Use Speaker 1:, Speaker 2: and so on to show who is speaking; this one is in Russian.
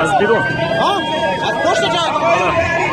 Speaker 1: Az bir o.
Speaker 2: Ha? Boş ver canım.